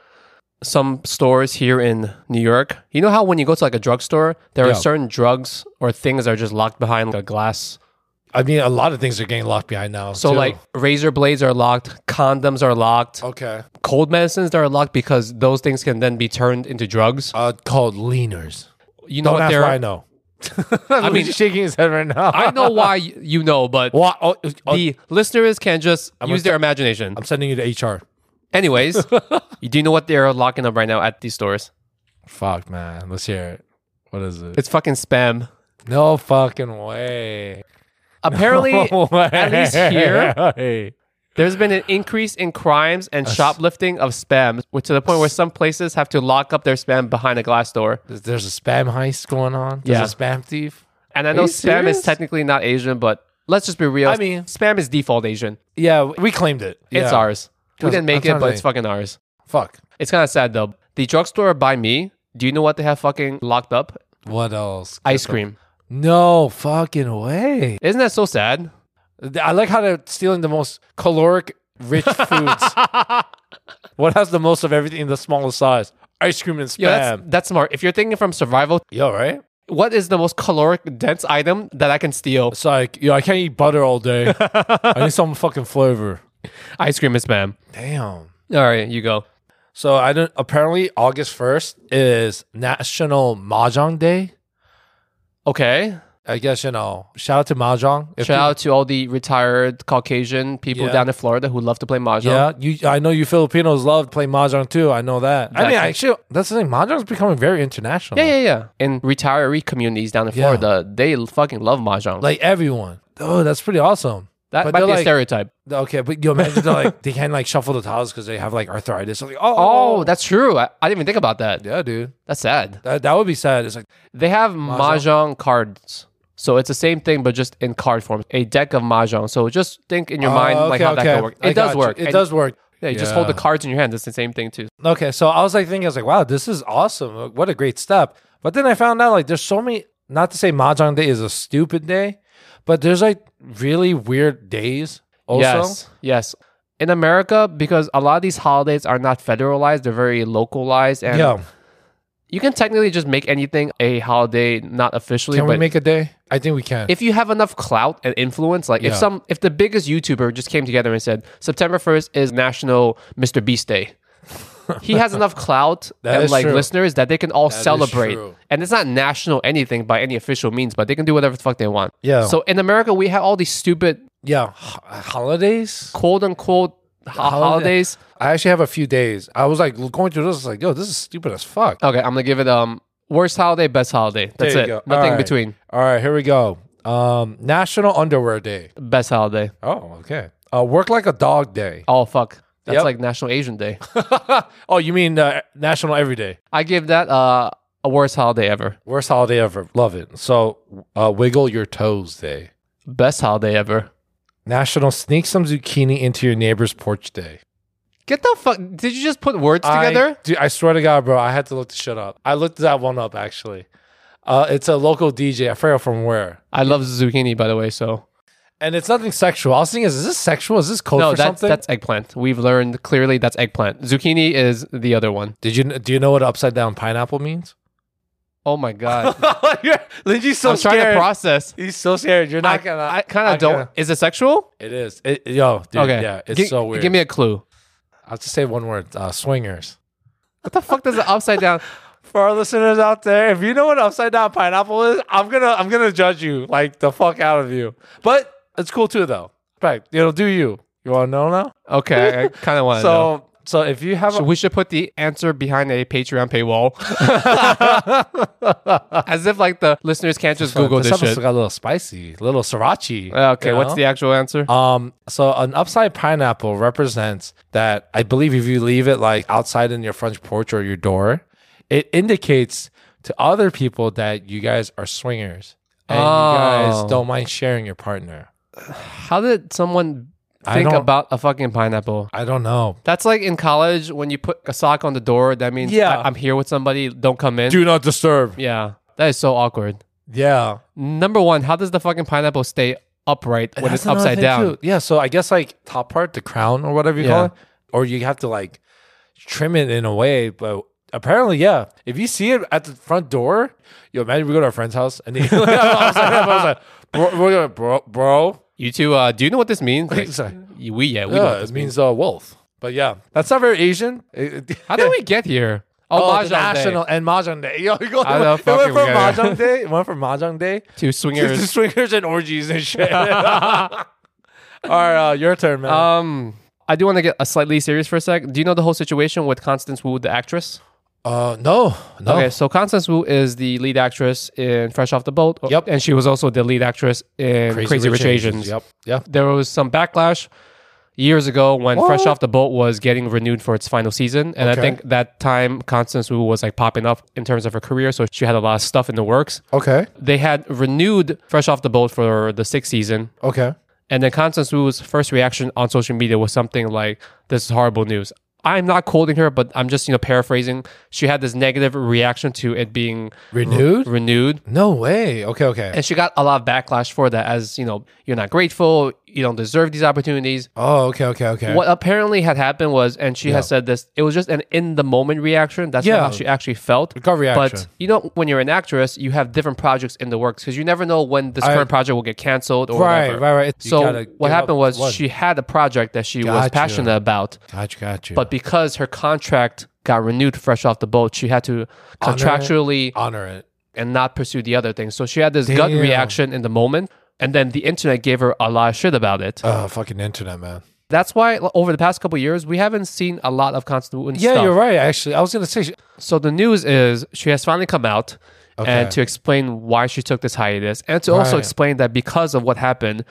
some stores here in New York, you know how when you go to like a drugstore, there
Yeah.
are certain drugs or things that are just locked behind like a glass.
I mean, a lot of things are getting locked behind now.
So
too.
like razor blades are locked, condoms are locked,
okay.
cold medicines that are locked because those things can then be turned into drugs.
Uh, called leaners.
You know
Oh, Don't
what
ask
they're.
why I
I know.
know. I
mean-
mean, shaking his head right now.
why y- you know, but
Why- oh, uh, oh,
the listeners can just use their imagination.
I'm sending you to HR.
Anyways, you do know what they're locking up right now at these stores?
Fuck, man. Let's hear it. What is it?
It's fucking spam.
no fucking way. Oh,
Apparently,
At
least here-
here.
There's been an increase in crimes and shoplifting of spam, which to the point where some places have to lock up their spam behind a glass door.
There's a spam heist going on. There's
Yeah.
a spam thief.
And I know
you
spam
serious?
is technically not Asian, but let's just be real.
I mean-
spam is default Asian.
Yeah, we claimed it.
It's
Yeah.
ours. We
Cause
didn't make
I'm
it,
trying to
but it's fucking ours.
Fuck.
It's kind of sad though. The drugstore by me. Do you know what they have fucking locked up?
What else?
Ice cream.
No fucking way.
Isn't that so sad?
I like how they're stealing the most caloric rich foods. what has the most of everything in the smallest size? Ice cream and spam.
Yeah, that's, that's smart. If you're thinking from survival,
Yo, right?
what is the most caloric dense item that I can steal?
It's like, yo, I can't eat butter all day. I need some fucking flavor.
Ice cream and spam.
Damn.
All right, you go.
So I don't apparently August 1st is National Mahjong Day.
Okay.
I guess you know. Shout out to Mahjong. If
Shout out to all the retired Caucasian people
Yeah.
down in Florida who love to play mahjong.
you- Yeah, you I know you Filipinos love playing Mahjong too. I know that. I mean
Exactly.
actually that's the thing. Mahjong's becoming very international.
yeah, yeah, yeah. In retiree communities down in
Yeah.
Florida, they l- fucking love mahjong.
like everyone. Oh, that's pretty awesome.
that
but
might
they're
be a
like-
stereotype.
Okay, but you imagine they're like they can like shuffle the tiles because they have like arthritis. So like, oh,
Oh, that's true. I, I didn't even think about that.
yeah, dude.
That's sad.
That, that would be sad. It's like
They have mahjong, cards. So it's the same thing, but just in card form. A deck of mahjong. So just think in your mind
oh,
like
okay,
how that
okay.
could work. It
I
does
got you.
work.
It
And-
does work.
Yeah, you just hold the
Yeah.
cards in your hand. It's the same thing too.
Okay, so I was like thinking, I was like, wow, this is awesome. Like, What a great step. But then I found out like there's so many. Not to say mahjong day is a stupid day, but there's like really weird days. Also,
Yes, yes. In America, because a lot of these holidays are not federalized, they're very localized and
yeah,
You can technically just make anything a holiday, not officially,
Can we
but
make a day? I think we can.
if you have enough clout and influence, like if
Yeah.
some if the biggest YouTuber just came together and said September first is National Mr. Beast Day, he has enough clout
That
and
is
like
true.
listeners that they can all celebrate.
true.
And it's not national anything by any official means, but they can do whatever the fuck they want.
Yeah.
So in America, we have all these stupid
yeah, ho- holidays.
quote unquote ho-
Holiday.
holidays.
I actually have a few days. I was like going through this. I was like, yo, this is stupid as fuck.
Okay, I'm gonna give it um worst holiday, best holiday. That's
There
it.
you go.
Nothing
All right.
between.
All right, here we go. Um, National Underwear Day.
Best holiday.
Oh, okay. Uh, Work Like a Dog Day.
Oh fuck. That's
Yep.
like National Asian Day.
oh, you mean uh, National Every Day?
I give that uh, a worst holiday ever.
Worst holiday ever. Love it. So, uh, Wiggle Your Toes Day.
Best holiday ever.
National Sneak Some Zucchini Into Your Neighbor's Porch Day.
Get the fuck. Did you just put words together?
I, dude, I swear to God, bro, I had to look the shit up. I looked that one up actually. Uh, it's a local DJ. I forgot from where.
I love zucchini, by the way. So
And it's nothing sexual. I was thinking, is this sexual? Is this code
no,
for
that's
something?
that's eggplant. We've learned clearly that's eggplant. Zucchini is the other one.
Did you do you know what upside down pineapple means?
Oh my god.
You're Lindsay's so
I'm trying to process.
He's so scared. You're
I, I kind of don't. Is it sexual?
It is. It, yo, dude.
okay.
Yeah, it's
Gi-
so weird.
Give me a clue.
I'll just say one word. Uh, swingers.
What the fuck does the upside down?
For our listeners out there, if you know what upside down pineapple is, I'm gonna I'm gonna judge you like the fuck out of you. But it's cool too though. Right. You know, do you. You wanna know now?
Okay, I kind of want to
so
know.
so if you have
So
a,
we should put the answer behind a Patreon paywall, as if like the listeners can't just Google
this
this
episode
shit.
got a little spicy, little sriracha.
Uh, Okay,
you
what's
know?
the actual answer?
Um, so an upside pineapple represents that I believe if you leave it like outside in your front porch or your door, it indicates to other people that you guys are swingers and you
Oh.
guys don't mind sharing your partner.
How did someone
I
think
don't-
about a fucking pineapple?
I don't know.
That's like in college when you put a sock on the door. That means
Yeah.
I- am here with somebody. Don't come in.
Do not disturb.
Yeah, that is so awkward.
Yeah.
Number one, how does the fucking pineapple stay upright when
That's
it's
another
upside
thing,
down?
too. Yeah. So I guess like top part, the crown or whatever you
Yeah.
call it, or you have to like trim it in a way. But apparently, yeah, if you see it at the front door, yo, imagine we go to our friend's house and they, I was like, I was like, bro, we're gonna, bro, bro.
You two, uh, do you know what this means? Like,
Sorry.
y- we yeah, we know
Yeah,
what this
it means uh, wolf. But yeah, that's not very Asian. It- it-
How did we get here?
Oh,
Mahjong
the
day.
national and mahjong day. Yo, you go,
I don't
it went
fucking
from
get it.
mahjong day. It went from mahjong day
to
to
swingers.
swingers and orgies and shit. All right, uh, your turn, man.
um, I do want to get a slightly serious for a sec. Do you know the whole situation with Constance Wu, the actress?
Uh, no, no.
Okay, so Constance Wu is the lead actress in Fresh Off the Boat. uh,
Yep.
and she was also the lead actress in Crazy, Rich, Asians.
Yep, yep.
There was some backlash years ago when Fresh
What?
Off the Boat was getting renewed for its final season, and I
Okay.
think that time Constance Wu was like popping up in terms of her career, so she had a lot of stuff in the works.
Okay,
They had renewed Fresh Off the Boat for the sixth season,
okay.
And then Constance Wu's first reaction on social media was something like, "This is horrible news." I'm not quoting her, but I'm just you know paraphrasing. She had this negative reaction to it being
Renewed?
renewed,
No way. Okay, okay.
and she got a lot of backlash for that. As you know, you're not grateful, you don't deserve these opportunities.
Oh, okay, okay, okay.
What apparently had happened was, and she
Yeah.
has said this, it was just an in the moment reaction. That's not
Yeah.
how she actually felt.
Gut reaction.
But you know, when you're an actress, you have different projects in the works because you never know when this
I-
current project will get canceled or
Right,
whatever.
right, right. You
So
gotta
what
give
happened
up
was
one.
she had a project that she was
Gotcha.
passionate about,
Gotcha, gotcha.
but because her contract got renewed fresh off the boat, she had to
Honor it.
contractually
honor it.
and not pursue the other thing. So she had this gut
Damn.
reaction in the moment. And then the internet gave her a lot of shit about it.
Oh, fucking internet, man.
That's why l- over the past couple years we haven't seen a lot of Constance Wu and
Yeah,
stuff.
you're right. Actually, I was gonna say. she-
So the news is she has finally come out
Okay.
and to explain why she took this hiatus and to also
Right.
explain that because of what happened,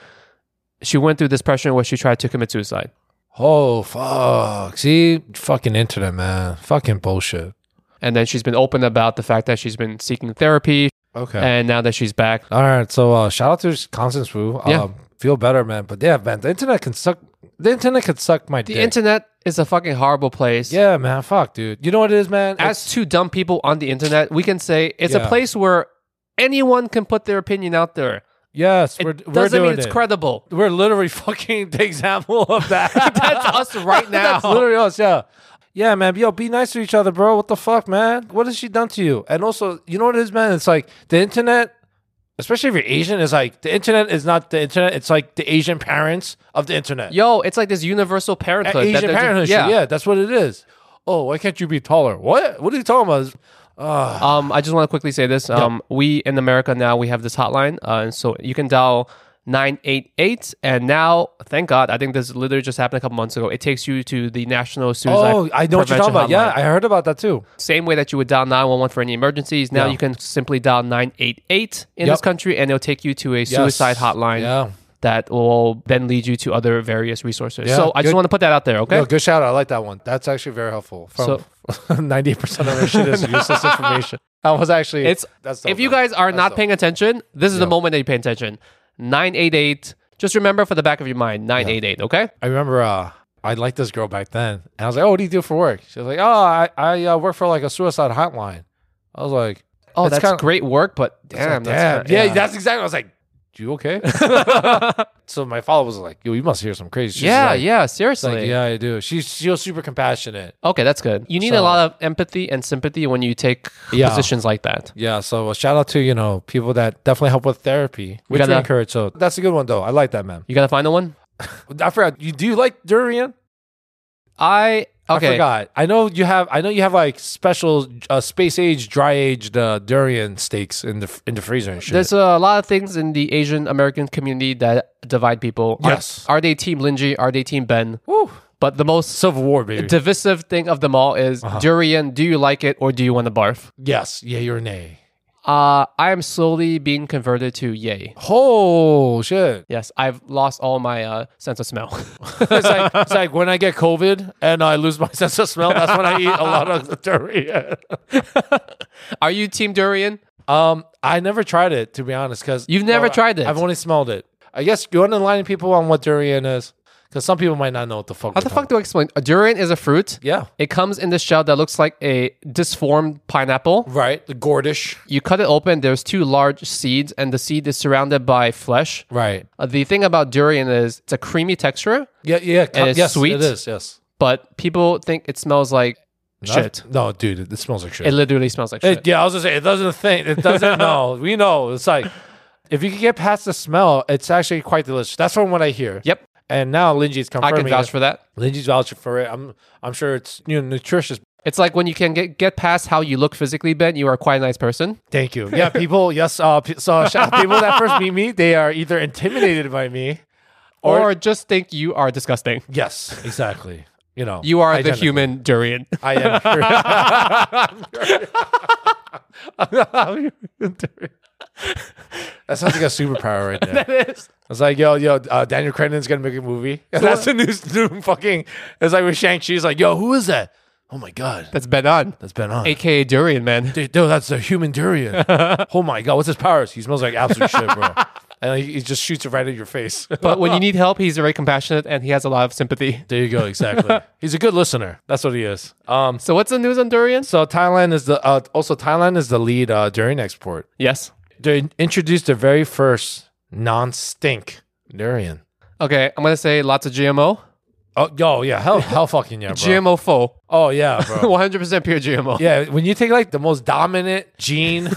she went through this pressure where she tried to commit suicide.
Oh fuck! See, fucking internet, man. Fucking bullshit.
And then she's been open about the fact that she's been seeking therapy
Okay.
and now that she's back.
All right. So uh, shout out to Constance Wu.
Yeah.
Um, feel better, man. But yeah, man, the internet can suck. The internet can suck my
The
dick.
internet is a fucking horrible place.
yeah, man. Fuck, dude. You know what it is, man.
As two dumb people on the internet, we can say it's a
Yeah.
place where anyone can put their opinion out there.
Yes,
It
we're, we're
doesn't
doing
mean it's
it.
credible.
We're literally fucking the example of that.
That's us right now.
That's literally us. Yeah. Yeah, man. Yo, be nice to each other, bro. What the fuck, man? What has she done to you? And also, you know what it is, man? It's like the internet, especially if you're Asian, is like the internet is not the internet. It's like the Asian parents of the internet.
Yo, it's like this universal
A-
parenthood. that
Asian
they're just-
parenthood. shit. Yeah. that's what it is. Oh, why can't you be taller? What? What are you talking about? Uh,
Um, I just want to quickly say this. Um, We in America now we have this hotline, uh, and so you can dial nine eight eight. And now, thank God, I think this literally just happened a couple months ago. It takes you to the National Suicide.
oh, I know what
Prevention
you're talking about. Yeah,
Hotline.
I heard about that too.
Same way that you would dial nine one one for any emergencies. Now
Yeah.
you can simply dial nine eight eight in
Yep.
this country, and it'll take you to a suicide hotline.
Yeah.
That will then lead you to other various resources.
Yeah,
so I just
good.
want to put that out there, okay?
No, good shout out. I like that one. That's actually very helpful. From ninety percent of our shit is useless information. That was actually
It's
that's dope,
if you
man.
guys are not paying attention, this is the moment that you pay attention. Nine eight eight. Just remember for the back of your mind, nine eight eight. Okay.
I remember uh, I liked this girl back then, and I was like, "Oh, what do you do for work?" She was like, "Oh, I, I uh, work for like a suicide hotline." I was like,
Oh,
That's
that's,
kinda-
great work, but damn,
"Damn,
that's
yeah,
kinda-
that's exactly." I was like, "You okay?" so my follow was like, "Yo, you must hear some crazy." shit."
yeah,
She's like-
yeah.
she's
Seriously.
like, yeah, I do. She's she was super compassionate.
Okay, that's good. You need
So-
a lot of empathy and sympathy when you take
Yeah.
positions like that.
Yeah, so a shout out to you know people that definitely help with therapy, which we
gotta-
encourage. So that's a good one though. I like that man.
You got to find the one.
I forgot. You do you like durian?
I
I
okay.
forgot. I know you have. I know you have like special uh, space age, dry aged uh, durian steaks in the in the freezer and shit.
There's a lot of things in the Asian American community that divide people. Are-
Yes.
Are, they Team Linji? Are they Team Ben?
Woo.
But the most
Civil War, baby.
divisive thing of them all is
Uh-huh.
durian. Do you like it or do you want to barf?
yes. Yeah, you're nay.
Uh, I am slowly being converted to yay.
Oh shit!
Yes, I've lost all my uh, sense of smell.
It's like it's like when I get COVID and I lose my sense of smell. That's when I eat a lot of durian.
Are you Team Durian?
Um, I never tried it to be honest, because
You've never tried it?
I've only smelled it. I guess you're enlightening people on what durian is, because some people might not know what the fuck.
How the fuck do I explain? A durian is a fruit.
Yeah.
It comes in the shell that looks like a disformed pineapple.
Right. The gourdish.
You cut it open, there's two large seeds, and the seed is surrounded by flesh.
Right.
Uh, the thing about durian is it's a creamy texture,
Yeah. Yeah.
And it's
yes.
sweet?
It is. Yes.
but people think it smells like shit.
No, dude, it, it smells like shit.
It literally smells like
It-
shit.
yeah, I was gonna say it doesn't think it doesn't know. We know it's like if you can get past the smell, it's actually quite delicious. That's from what I hear.
Yep.
And now Linji's
I
confirming.
can vouch
it.
for that.
Linji's vouching for it. I'm I'm sure it's you know nutritious.
It's like when you can get, get past how you look physically, Ben, you are quite a nice person.
Thank you. Yeah, people. yes. Uh, p- so shout out people that first meet me, they are either intimidated by me.
Or, just think you are disgusting.
Yes, exactly. You know,
You are the
identical.
human durian.
I am. that sounds like a superpower right there. It's like, yo, yo, uh, Daniel Cranston's gonna make a movie. And that's the new, new fucking. It's like with Shang Chi's like, yo, who is that? Oh my god,
That's Ben on.
that's Ben on.
AKA Durian, man.
Dude, dude, that's a human durian. oh my god, what's his powers? He smells like absolute shit, bro. And he, he just shoots it right at your face.
But when you need help, he's very compassionate and he has a lot of sympathy.
there you go, exactly. He's a good listener. That's what he is. Um,
So what's the news on durians?
so Thailand is the uh, also Thailand is the lead uh, durian export.
Yes.
They introduced their very first non-stink durian.
Okay, I'm gonna say lots of GMO.
Oh, yo, yeah, hell, hell, fucking yeah, bro.
GMO full.
oh yeah, bro.
100% pure GMO.
Yeah, when you take like the most dominant gene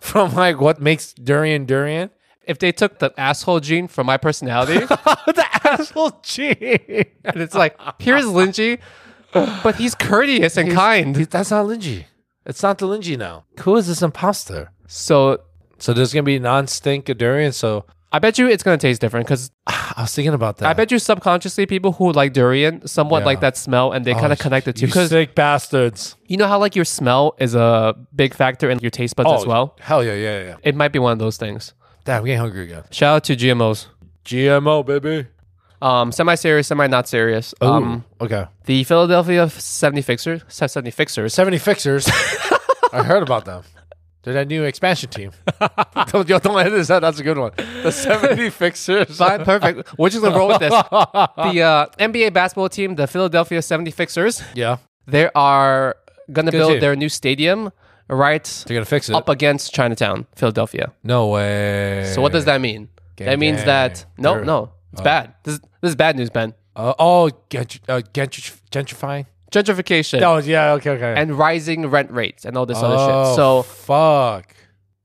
from like what makes durian durian,
If they took the asshole gene from my personality,
the asshole gene.
and it's like, here's Lynchy, but he's courteous and kind.
That's not Linji. It's not the Linji now. Who is this imposter?
so
So there's gonna be non-stink of durian. So
I bet you it's gonna taste different because
I was thinking about that.
I bet you subconsciously people who like durian somewhat
Yeah.
like that smell and they kind of connect it to
you
because
sick bastards.
you know how like your smell is a big factor in your taste buds as well.
Oh, Hell yeah, yeah, yeah.
It might be one of those things.
Damn, we ain't hungry again.
Shout out to GMOs.
GMO baby.
Um, semi-serious, semi-not serious. Um,
Ooh, okay.
the Philadelphia 70 Fixers, 70 Fixers.
Seventy Fixers. I heard about them. They're that new expansion team. don't, yo, don't edit this out. That's a good one. The Seventy Fixers.
Fine, perfect. We're just gonna roll with this. The uh, NBA basketball team, the Philadelphia 70 Fixers,
Yeah.
they are gonna build
team.
their new stadium right
They're gonna fix it.
up against Chinatown, Philadelphia.
No way.
So what does that mean?
Gang,
that means
gang.
that no,
They're-
no, it's bad. This is, this is bad news, Ben.
Uh, oh, gentr- uh, gentr- gentrifying.
gentrification,
Oh yeah, okay, okay.
and rising rent rates and all this other
oh,
shit. So
fuck.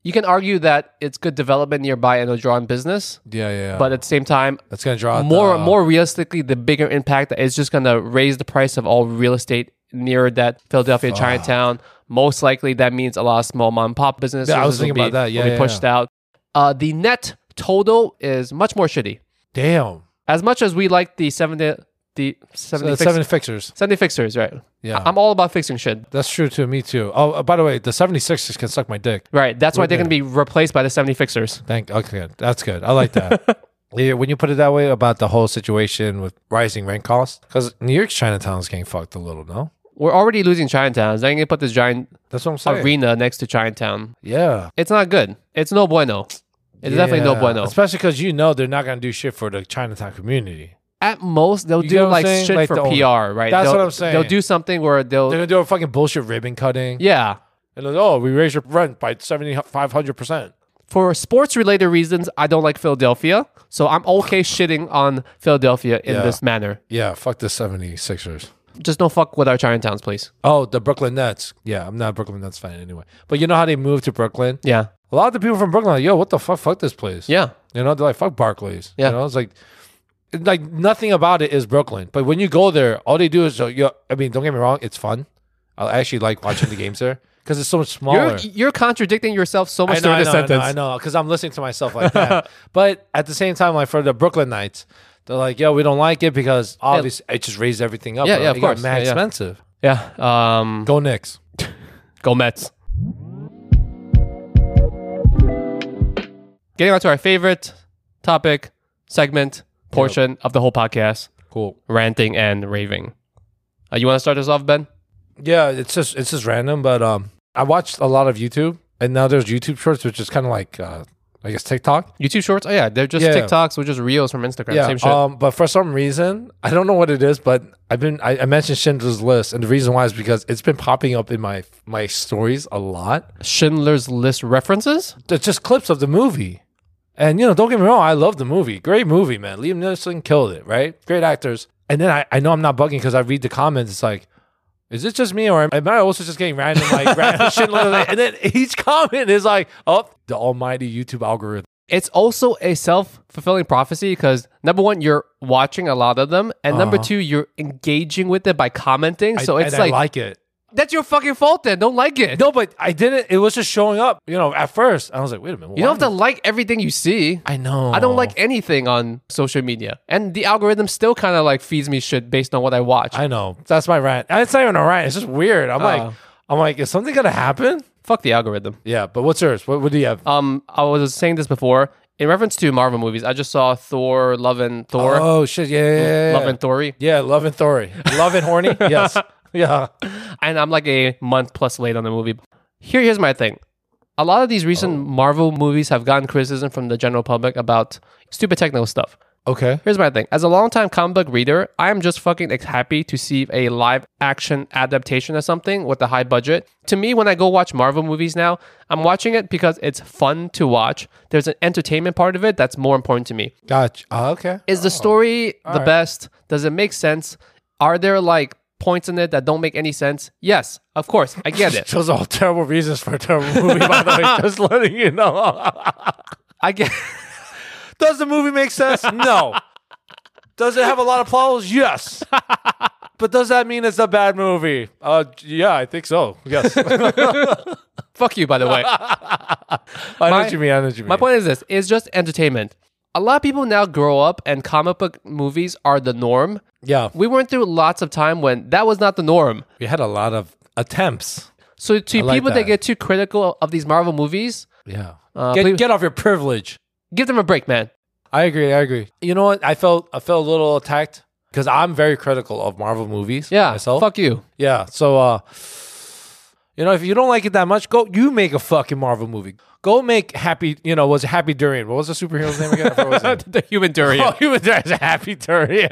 you can argue that it's good development nearby and it'll draw in business,
Yeah, yeah. yeah.
but at the same time,
that's gonna draw out
more
the-
more realistically, the bigger impact is just going to raise the price of all real estate near that Philadelphia Chinatown. Most likely, that means a lot of small mom and pop businesses
Yeah, I was
will
thinking
be,
about that.
will
Yeah,
be
yeah,
pushed out. Uh, the net total is much more shitty.
Damn.
As much as we like the seventy the seventy
Uh,
fix-
seven fixers.
70 fixers, right?
Yeah.
I'm all about fixing shit.
That's true too. Me too. Oh, uh, by the way, the 76ers can suck my dick.
Right. That's why they're going to be replaced by the 70 fixers.
Thank. Okay, good. that's good. I like that. yeah, when you put it that way about the whole situation with rising rent costs, because New York's Chinatown's getting fucked a little. No,
We're already losing Chinatowns. They're going to put this giant
that's what I'm saying.
arena next to Chinatown.
yeah,
It's not good. It's no bueno. It's definitely no
Yeah.
bueno.
Especially because you know they're not gonna do shit for the Chinatown community.
At most, they'll
You get
do
what I'm
like
saying?
shit
Like
for
the owner.
PR, right?
That's
They'll-
what I'm saying.
They'll do something where they'll,
They're gonna do a fucking bullshit ribbon cutting,
yeah.
and they're, oh, we raise your rent by seventy five hundred percent.
For sports related reasons, I don't like Philadelphia. So I'm okay shitting on Philadelphia in
Yeah.
this manner.
Yeah, fuck the 76ers.
Just don't fuck with our Chinatowns, please.
Oh, the Brooklyn Nets. Yeah, I'm not a Brooklyn Nets fan anyway. But you know how they moved to Brooklyn?
Yeah.
A lot of the people from Brooklyn are like, yo, what the fuck? Fuck this place.
Yeah.
You know, they're like, fuck Barclays.
Yeah.
You know, it's like, it's like nothing about it is Brooklyn. But when you go there, all they do is, uh, yo, I mean, don't get me wrong, it's fun. I actually like watching the games there because it's so much
You're,
smaller.
you're contradicting yourself so
I
much
know,
through
I
this
know, I know,
sentence.
I know, because I'm listening to myself like that. but at the same time, like for the Brooklyn Knights, they're like, yo, we don't like it because obviously it just raised everything up.
Yeah,
bro.
yeah, of
It got
course.
Mad
Yeah, yeah.
expensive.
Yeah. Um,
Go Knicks.
Go Mets. Getting on to our favorite topic, segment, portion of the whole podcast
Cool.
ranting and raving. Uh, you want to start us off, Ben?
Yeah, it's just it's just random, but um, I watched a lot of YouTube, and now there's YouTube Shorts, which is kind of like uh, I guess TikTok.
YouTube shorts? Oh, yeah. They're just
Yeah.
TikToks with just reels from Instagram. Same shit.
Um, but for some reason, I don't know what it is, but I've been I, I mentioned Schindler's List, and the reason why is because it's been popping up in my my stories a lot.
Schindler's List references?
It's just clips of the movie, and you know, don't get me wrong, I love the movie. Great movie, man. Liam Neeson killed it, right? Great actors. And then I, I know I'm not bugging because I read the comments. It's like. Is this just me, or am I also just getting random like random shit? And then each comment is like, "Oh, the almighty YouTube algorithm."
It's also a self fulfilling prophecy because number one, you're watching a lot of them. And number two, you're engaging with it by commenting.
Uh-huh. I-
So it's
and I
like,
like it.
that's your fucking fault then. Don't like it.
No, but I didn't. It was just showing up. You know, at first I was like, "Wait a minute."
You
why
don't have to
am
like everything you see.
I know.
I don't like anything on social media. And the algorithm still kind of like feeds me shit based on what I watch.
I know. That's my rant. And It's not even a rant. It's just weird. I'm
Uh.
like, I'm like, is something gonna happen?
Fuck the algorithm.
Yeah. But what's yours? What, what do you have?
Um, I was saying this before. In reference to Marvel movies, I just saw Thor, Love and Thor,
oh shit! Yeah, yeah, yeah, yeah.
Love and Thory.
yeah, love and Thory. Love and horny. yes. Yeah.
And I'm like a month plus late on the movie. Here, here's my thing. A lot of these recent
Oh.
Marvel movies have gotten criticism from the general public about stupid technical stuff.
Okay.
Here's my thing. As a longtime comic book reader, I am just fucking ex- happy to see a live action adaptation of something with a high budget. To me, when I go watch Marvel movies now, I'm watching it because it's fun to watch. There's an entertainment part of it that's more important to me.
Gotcha. Ah, okay.
Is the story the
right.
best? Does it make sense? Are there like points in it that don't make any sense? Yes, of course. I get it.
Those are all terrible reasons for a terrible movie, by the way. Just letting you know.
I get
Does the movie make sense? No. does it have a lot of plot holes? Yes. but does that mean it's a bad movie? Uh, yeah, I think so. Yes. I know
fuck you by the way.
what you mean. I know what you mean.
My point is this: it's just entertainment. A lot of people now grow up, and comic book movies are the norm.
Yeah.
We went through lots of time when that was not the norm.
We had a lot of attempts.
So to
like
people that.
that.
get too critical of these Marvel movies,
Yeah.
Uh,
get,
please-
get off your privilege.
give them a break, man.
I agree. I agree. You know what? I felt I felt a little attacked because I'm very critical of Marvel movies.
Yeah,
Myself.
fuck you.
Yeah. So, uh, you know, if you don't like it that much, go. You make a fucking Marvel movie. Go make Happy. You know, was it Happy Durian? What was the superhero's name again? I forgot what his name.
the human durian.
Oh, Human Durian is a Happy Durian.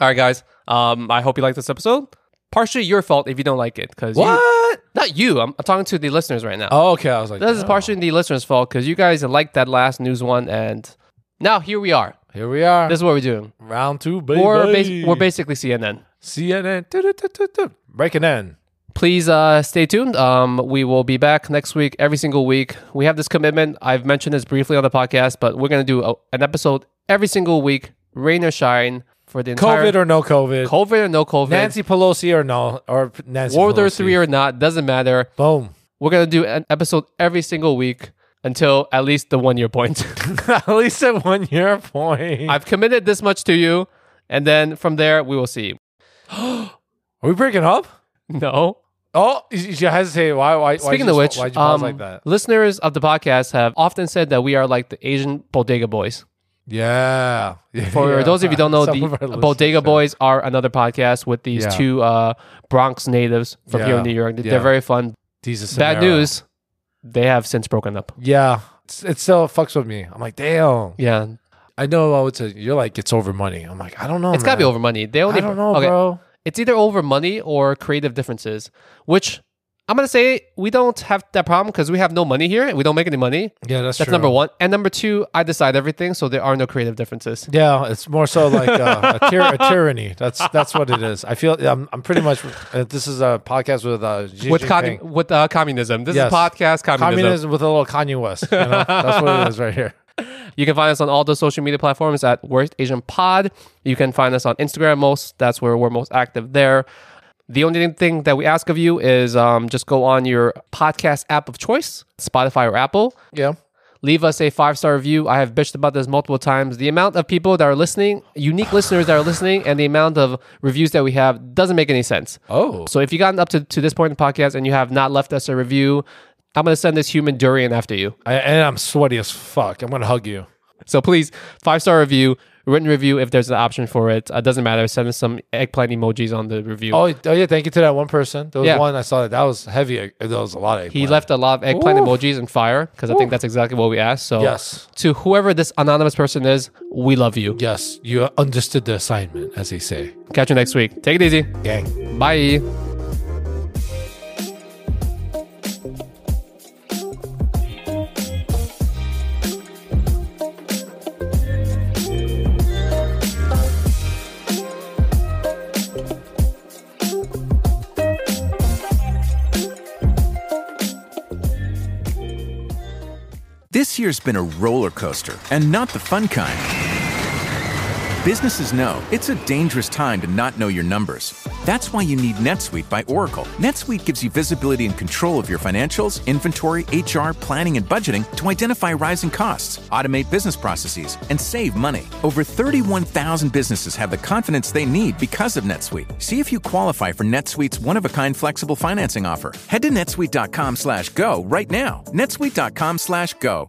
All right, guys. Um, I hope you liked this episode. Partially your fault if you don't like it, because
what?
not you. I'm, I'm talking to the listeners right now.
Oh, okay. I was like,
this is
oh.
partially the listeners' fault because you guys liked that last news one, and now here we are.
Here we are.
This is what we're doing.
Round two, baby.
We're, bas- we're basically CNN.
CNN. Du-du-du-du-du. Breaking in.
please uh, stay tuned. Um, we will be back next week, every single week. We have this commitment. I've mentioned this briefly on the podcast, but we're going to do a, an episode every single week, rain or shine, for the entire
COVID or no COVID.
COVID or no COVID,
Nancy Pelosi or no, or P- Nancy
World War
Pelosi.
Three or not, doesn't matter.
Boom.
We're going to do an episode every single week until at least the one year point.
At least at one year point.
I've committed this much to you, and then from there, we will see.
Are we breaking up?
No.
Oh, you, you hesitate. Why? Why?
Speaking
why'd
of
you,
which,
why'd you pause
um,
like that?
listeners of the podcast have often said that we are like the Asian Bodega Boys.
Yeah.
For
Yeah.
those of you who don't know,
Some
the
of our
Bodega
listeners-
Boys are another podcast with these
Yeah.
two uh, Bronx natives from here
Yeah.
in New York. They're
Yeah.
very fun.
Jesus.
Bad
Samara.
news, they have since broken up.
Yeah. It's, it still fucks with me. I'm like, damn.
Yeah,
I know. oh, It's a, you're like, it's over money. I'm like, I don't know.
it's gotta be
man.
over money. They only
I don't know,
okay.
bro.
It's either over money or creative differences, which I'm gonna say we don't have that problem because we have no money here. We don't make any money.
Yeah, that's,
That's
true.
number one. And number two, I decide everything, so there are no creative differences.
Yeah, it's more so like uh, a, tyr- a tyranny. That's that's what it is. I feel I'm, I'm pretty much. Uh, this is a podcast with uh, Xi
With,
Jinping.
con- with uh, communism. This
Yes.
is podcast communism.
communism with a little Kanye West. You know? that's what it is right here.
You can find us on all the social media platforms at Worst Asian Pod. You can find us on Instagram most. That's where we're most active there. The only thing that we ask of you is um, just go on your podcast app of choice, Spotify or Apple.
Yeah.
Leave us a five star review. I have bitched about this multiple times. The amount of people that are listening, unique listeners that are listening, and the amount of reviews that we have doesn't make any sense.
Oh.
So if you've gotten up to, to this point in the podcast and you have not left us a review, I'm going to send this human durian after you.
I, and I'm sweaty as fuck. I'm gonna hug you.
So please, five star review, written review if there's an option for it. Uh, doesn't matter. Send us some eggplant emojis on the review.
Oh, oh yeah. Thank you to that one person. There was
Yeah.
one I saw that that was heavy. uh, That was a lot of.
he
eggplant.
left a lot of eggplant
Oof.
emojis and fire because I think that's exactly what we asked. So
Yes.
to whoever this anonymous person is, we love you.
Yes, you understood the assignment, as they say.
Catch you next week. Take it easy.
Gang.
Bye.
This year's been a roller coaster, and not the fun kind. Businesses know it's a dangerous time to not know your numbers. That's why you need NetSuite by Oracle. NetSuite gives you visibility and control of your financials, inventory, HR, planning, and budgeting to identify rising costs, automate business processes, and save money. Over 31,000 businesses have the confidence they need because of NetSuite. See if you qualify for NetSuite's one-of-a-kind flexible financing offer. Head to netsuite.com/go slash go right now. netsuite.com/go. slash go.